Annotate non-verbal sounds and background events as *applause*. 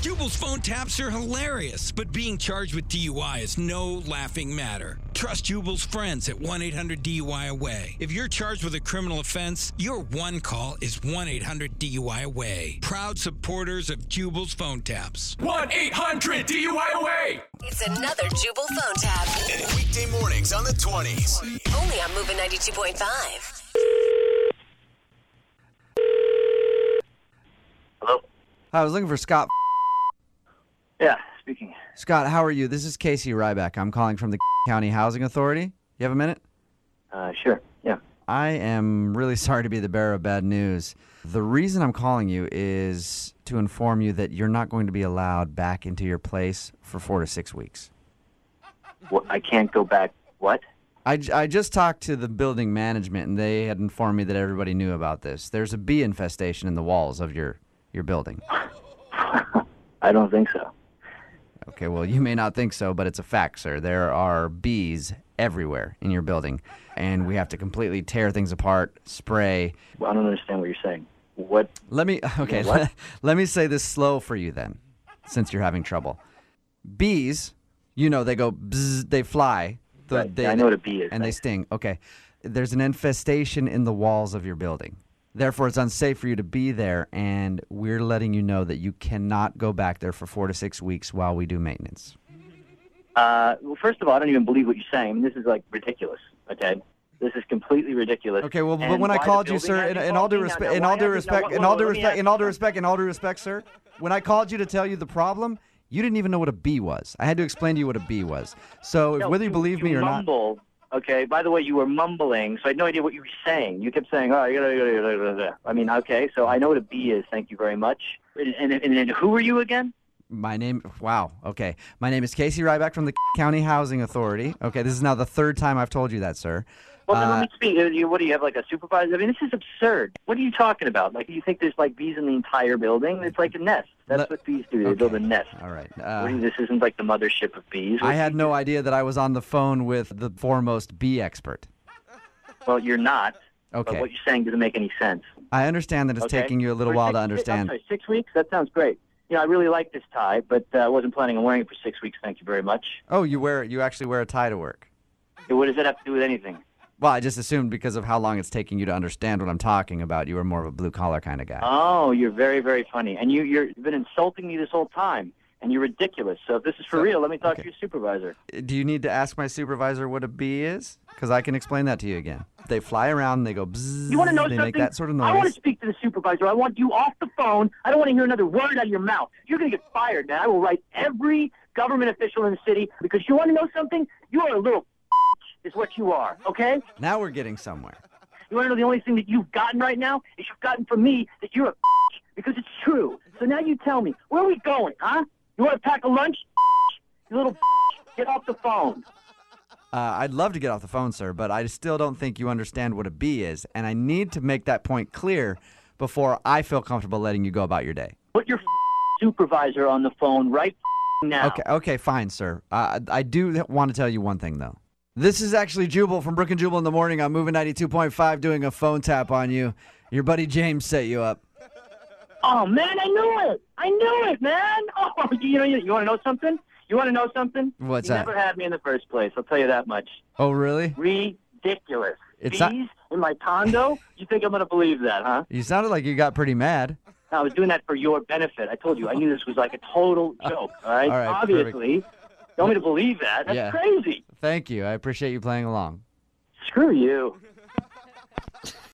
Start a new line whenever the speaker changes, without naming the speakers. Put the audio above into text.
Jubal's phone taps are hilarious, but being charged with DUI is no laughing matter. Trust Jubal's friends at 1 800 DUI Away. If you're charged with a criminal offense, your one call is 1 800 DUI Away. Proud supporters of Jubal's phone taps.
1 800 DUI away.
It's another Jubal phone tab.
Weekday mornings on the 20s.
Only on Moving 92.5.
Hello.
Hi, I was looking for Scott.
Yeah, speaking.
Scott, how are you? This is Casey Ryback. I'm calling from the *laughs* County Housing Authority. You have a minute?
Uh, sure. Yeah.
I am really *laughs* sorry to be the bearer of bad news. The reason I'm calling you is to inform you that you're not going to be allowed back into your place for four to six weeks.
What, I can't go back. What?
I, j- I just talked to the building management, and they had informed me that everybody knew about this. There's a bee infestation in the walls of your, your building.
I don't think so.
Okay, well, you may not think so, but it's a fact, sir. There are bees everywhere in your building, and we have to completely tear things apart, spray.
I don't understand what you're saying. What?
Let me, *laughs* okay,
What?
let, me say this slow for you then, since you're having trouble. Bees, you know, they go, bzz, they fly. The-
Right,
they-
I know what a bee is,
And they
thanks.
sting. Okay. There's an infestation in the walls of your building. Therefore, it's unsafe for you to be there, and we're letting you know that you cannot go back there for four to six weeks while we do maintenance.
Uh, well, first of all, I don't even believe what you're saying. I mean, this is like ridiculous. Okay. This is completely ridiculous.
Okay, well, but
And
when I
why the
called you,
building
sir,
has
in,
you
in all due
called me? Now,
respect,
now,
in
why
all
has it-
due
now,
respect,
whoa,
in
whoa,
all due
let me
respect,
ask-
in all due respect, in all due respect, sir, when I called you to tell you the problem, you didn't even know what a bee was. I had to explain to you what a bee was. So, if-
No,
whether you believe me or not,
mumble, Okay. By the way, you were mumbling, so I had no idea what you were saying. You kept saying, "Oh, you gotta, you gotta, you gotta, you gotta." I mean, okay, so I know what a bee is. Thank you very much. And and, and, and who are you again?
my name, wow, okay, my name is Casey Ryback from the *laughs* County Housing Authority. Okay, this is now the third time I've told you that, sir.
Well, then
Uh,
let me speak. Uh, you- What do you have, like a supervisor? I mean, this is absurd. What are you talking about? Like, you think there's like bees in the entire building? It's like a nest. That's
Let-
what bees do. They
okay.
build a nest.
All right.
What do
Uh,
you- this isn't like the mothership of bees.
I had no idea that I was on the phone with the foremost bee expert.
Well, you're not. But
Okay,
what you're saying doesn't make any sense.
I understand that it's
okay?
taking you a little
For
while to
six- I'm
understand.
sorry, six weeks? That sounds great. You know, I really like this tie, but uh, I wasn't planning on wearing it for six weeks. Thank you very much.
Oh, you wear you actually wear a tie to work.
Yeah, What does that have to do with anything?
Well, I just assumed because of how long it's taking you to understand what I'm talking about, you were more of a blue collar kind of guy.
Oh, you're very, very funny, and you you're, you've been insulting me this whole time, and you're ridiculous. So if this is for
So-
real, let me talk
okay.
to your supervisor.
Uh, Do you need to ask my supervisor what a bee is? Because I can explain that to you again. They fly around, they go bzzz,
You want to know
they
something?
make that sort of
I want to
noise.
speak to the supervisor. I want you off the phone. I don't want to hear another word out of your mouth. You're going to get fired, man. I will write every government official in the city because you want to know something? You are a little *laughs* is what you are, okay?
Now we're getting somewhere.
You want to know the only thing that you've gotten right now is you've gotten from me that you're a *laughs* because it's true. So now you tell me, where are we going, huh? You want to pack a lunch? You little *laughs* get off the phone.
Uh, I'd love to get off the phone, sir, but I still don't think you understand what a bee is, and I need to make that point clear before I feel comfortable letting you go about your day.
Put your *laughs* supervisor on the phone right *laughs* now.
Okay, okay, fine, sir. Uh, I I do want to tell you one thing though. This is actually Jubal from Brook and Jubal in the morning. I'm moving 92.5, doing a phone tap on you. Your buddy James set you up.
Oh man, I knew it! I knew it, man! *laughs* Oh, you know, you, you want to know something? You want to know something?
What's
you
that?
Never had me in the first place. I'll tell you that much.
Oh, really?
Ridiculous.
It's
Bees
not-
in my condo? you think I'm gonna believe that, huh?
You sounded like you got pretty mad.
I was doing that for your benefit. I told you. I knew this was like a total joke. All right.
*laughs* All right,
Obviously, you want me to believe that? That's
Yeah.
crazy.
Thank you. I appreciate you playing along.
Screw you.